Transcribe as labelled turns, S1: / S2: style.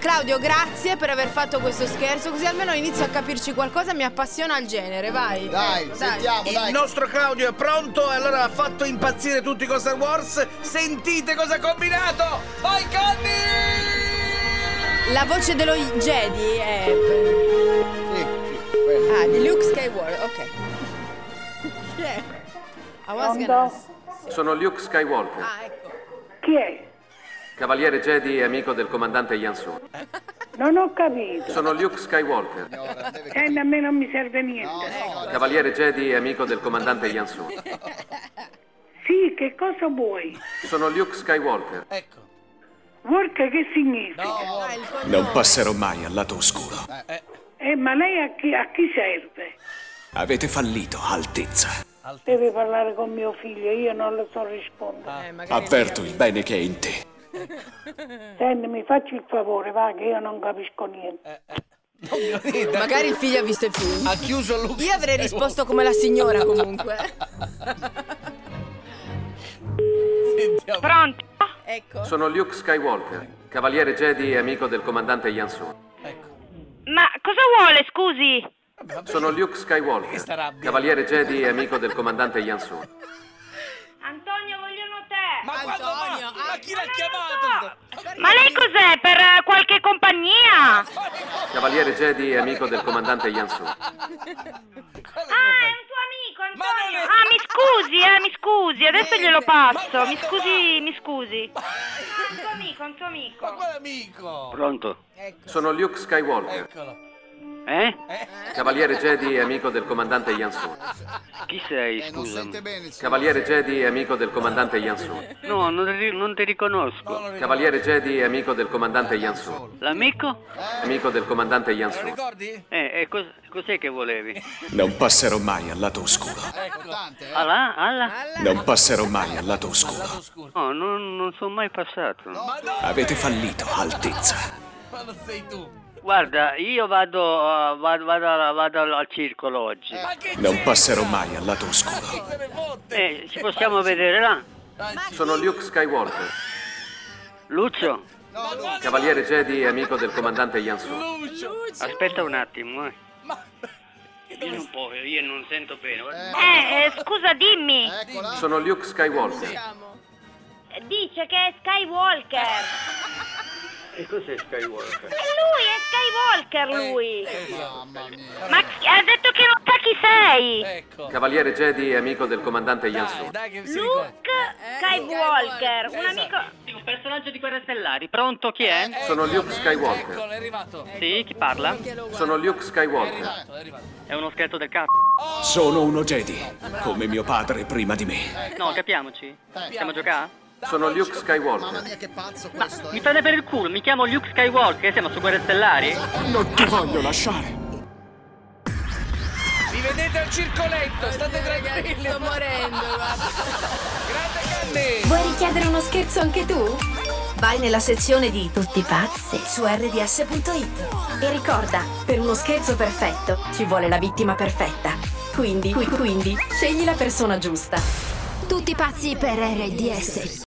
S1: Claudio, grazie per aver fatto questo scherzo, così almeno inizio a capirci qualcosa, mi appassiona il genere, vai.
S2: Dai, sentiamo,
S3: Il
S2: dai.
S3: nostro Claudio è pronto e allora ha fatto impazzire tutti con Star Wars. Sentite cosa ha combinato! Vai Conny!
S1: La voce dello Jedi è...
S2: Sì, sì, quello.
S1: Ah, di Luke Skywalker, ok. Chi è? I was gonna
S4: Pronto?
S1: ask.
S5: Sono Luke Skywalker,
S1: Ah, ecco.
S4: Chi è?
S5: cavaliere Jedi e amico del comandante Yansun.
S4: Non ho capito.
S5: Sono Luke Skywalker,
S2: Signora, deve
S4: E a me non mi serve niente.
S2: No, no,
S5: cavaliere Jedi e amico del comandante Yansun.
S4: Sì, che cosa vuoi?
S5: Sono Luke Skywalker,
S6: Ecco,
S4: Work che significa?
S2: Oh.
S1: Ah, il cognome.
S7: Non passerò mai al lato oscuro.
S4: Eh, ma lei a chi, a chi serve?
S7: Avete fallito, altezza.
S4: Devi parlare con mio figlio, io non lo so rispondere.
S2: Ah.
S1: Eh, magari-
S7: Avverto il bene che è in te.
S4: Senti, mi facci il favore, va, che io non capisco niente.
S1: Magari il figlio ha visto il film.
S6: Ha chiuso Luke.
S1: Io avrei risposto come la signora comunque.
S8: Pronto?
S1: Ecco.
S5: sono Luke Skywalker, cavaliere Jedi e amico del comandante Yansun.
S8: Ma cosa vuole, scusi?
S5: Sono Luke Skywalker, cavaliere Jedi e amico del comandante Yansun.
S8: Antonio, vogliono te! Ma,
S1: Antonio, ah,
S6: Chi l'ha chiamato?
S8: lei cos'è? Per eh, qualche compagnia?
S5: Cavaliere Jedi e amico del comandante Yansun.
S8: Ah, è un tuo amico, Antonio! Ah, mi scusi, eh, mi scusi, adesso glielo passo. Mi scusi, mi scusi. Ah, un tuo amico, un tuo amico.
S6: Quale amico?
S9: Pronto?
S5: Sono Luke Skywalker,
S6: Eccolo.
S9: Eh?
S5: cavaliere Jedi e amico del comandante Yansun.
S9: Chi sei,
S2: eh, non sente
S9: scusa?
S2: bene il signore.
S5: Cavaliere Jedi e amico del comandante Yansun.
S9: No, non, ri- non ti riconosco.
S5: Cavaliere Jedi e amico del comandante Yansun.
S9: L'amico?
S5: Amico del comandante Yansun.
S6: Ricordi?
S9: Eh, e cos- cos'è che volevi?
S7: Non passerò mai al lato oscuro.
S2: È importante, eh?
S9: Alla? Alla?
S7: Non passerò mai al lato oscuro.
S9: No, non, non sono mai passato.
S7: Avete fallito, altezza.
S6: Ma non sei tu.
S9: Guarda, io vado, uh, vado, vado alla- vado al al circolo oggi.
S6: Ma che
S7: Non
S6: c'entra?
S7: passerò mai al lato oscuro.
S6: Chi se ne fotte?
S9: Eh, ci possiamo vedere là?
S5: Sono Luke Skywalker,
S9: Luzio,
S2: No, Luca,
S5: cavaliere Jedi e amico del comandante Yansun.
S6: Lucio.
S9: aspetta un attimo. eh. Io non posso, io non sento bene. guarda.
S8: Eh, eh, scusa, dimmi.
S2: eccola.
S5: Sono Luke Skywalker,
S1: Diciamo.
S8: Dice che è Skywalker.
S9: E cos'è Skywalker?
S8: E lui è Skywalker, lui.
S2: Eh, Mamma mia. Eh,
S8: Ma chi- ha detto che non sa chi sei.
S6: Ecco.
S5: cavaliere Jedi e amico del comandante
S6: Dai,
S5: Yansun.
S6: dai che si ricorda.
S8: Luke
S2: eh,
S8: Skywalker, un amico...
S9: Un Ecco, personaggio di Guerra Stellari, pronto chi è?
S5: Sono Luke Skywalker,
S6: Eccolo, è arrivato.
S9: Sì, chi parla?
S1: Che lo guarda.
S5: sono Luke Skywalker,
S6: È arrivato.
S9: È uno scherzo del cazzo.
S7: Sono uno Jedi, come mio padre prima di me.
S9: No, capiamoci. Stiamo a giocare?
S5: sono Luke
S2: Mamma
S5: Skywalker,
S2: mia, che pazzo questo,
S9: Mi
S2: eh.
S9: prende per il culo, mi chiamo Luke Skywalker, siamo su Guerre Stellari?
S7: Non ti voglio lasciare.
S6: Vi vedete al circoletto, state tranquilli.
S1: Sto morendo, guarda.
S6: Grande Candy.
S10: Vuoi richiedere uno scherzo anche tu? Vai nella sezione di Tutti pazzi su rds.it e ricorda, per uno scherzo perfetto ci vuole la vittima perfetta. Quindi, qui- quindi, scegli la persona giusta. Tutti pazzi per RDS.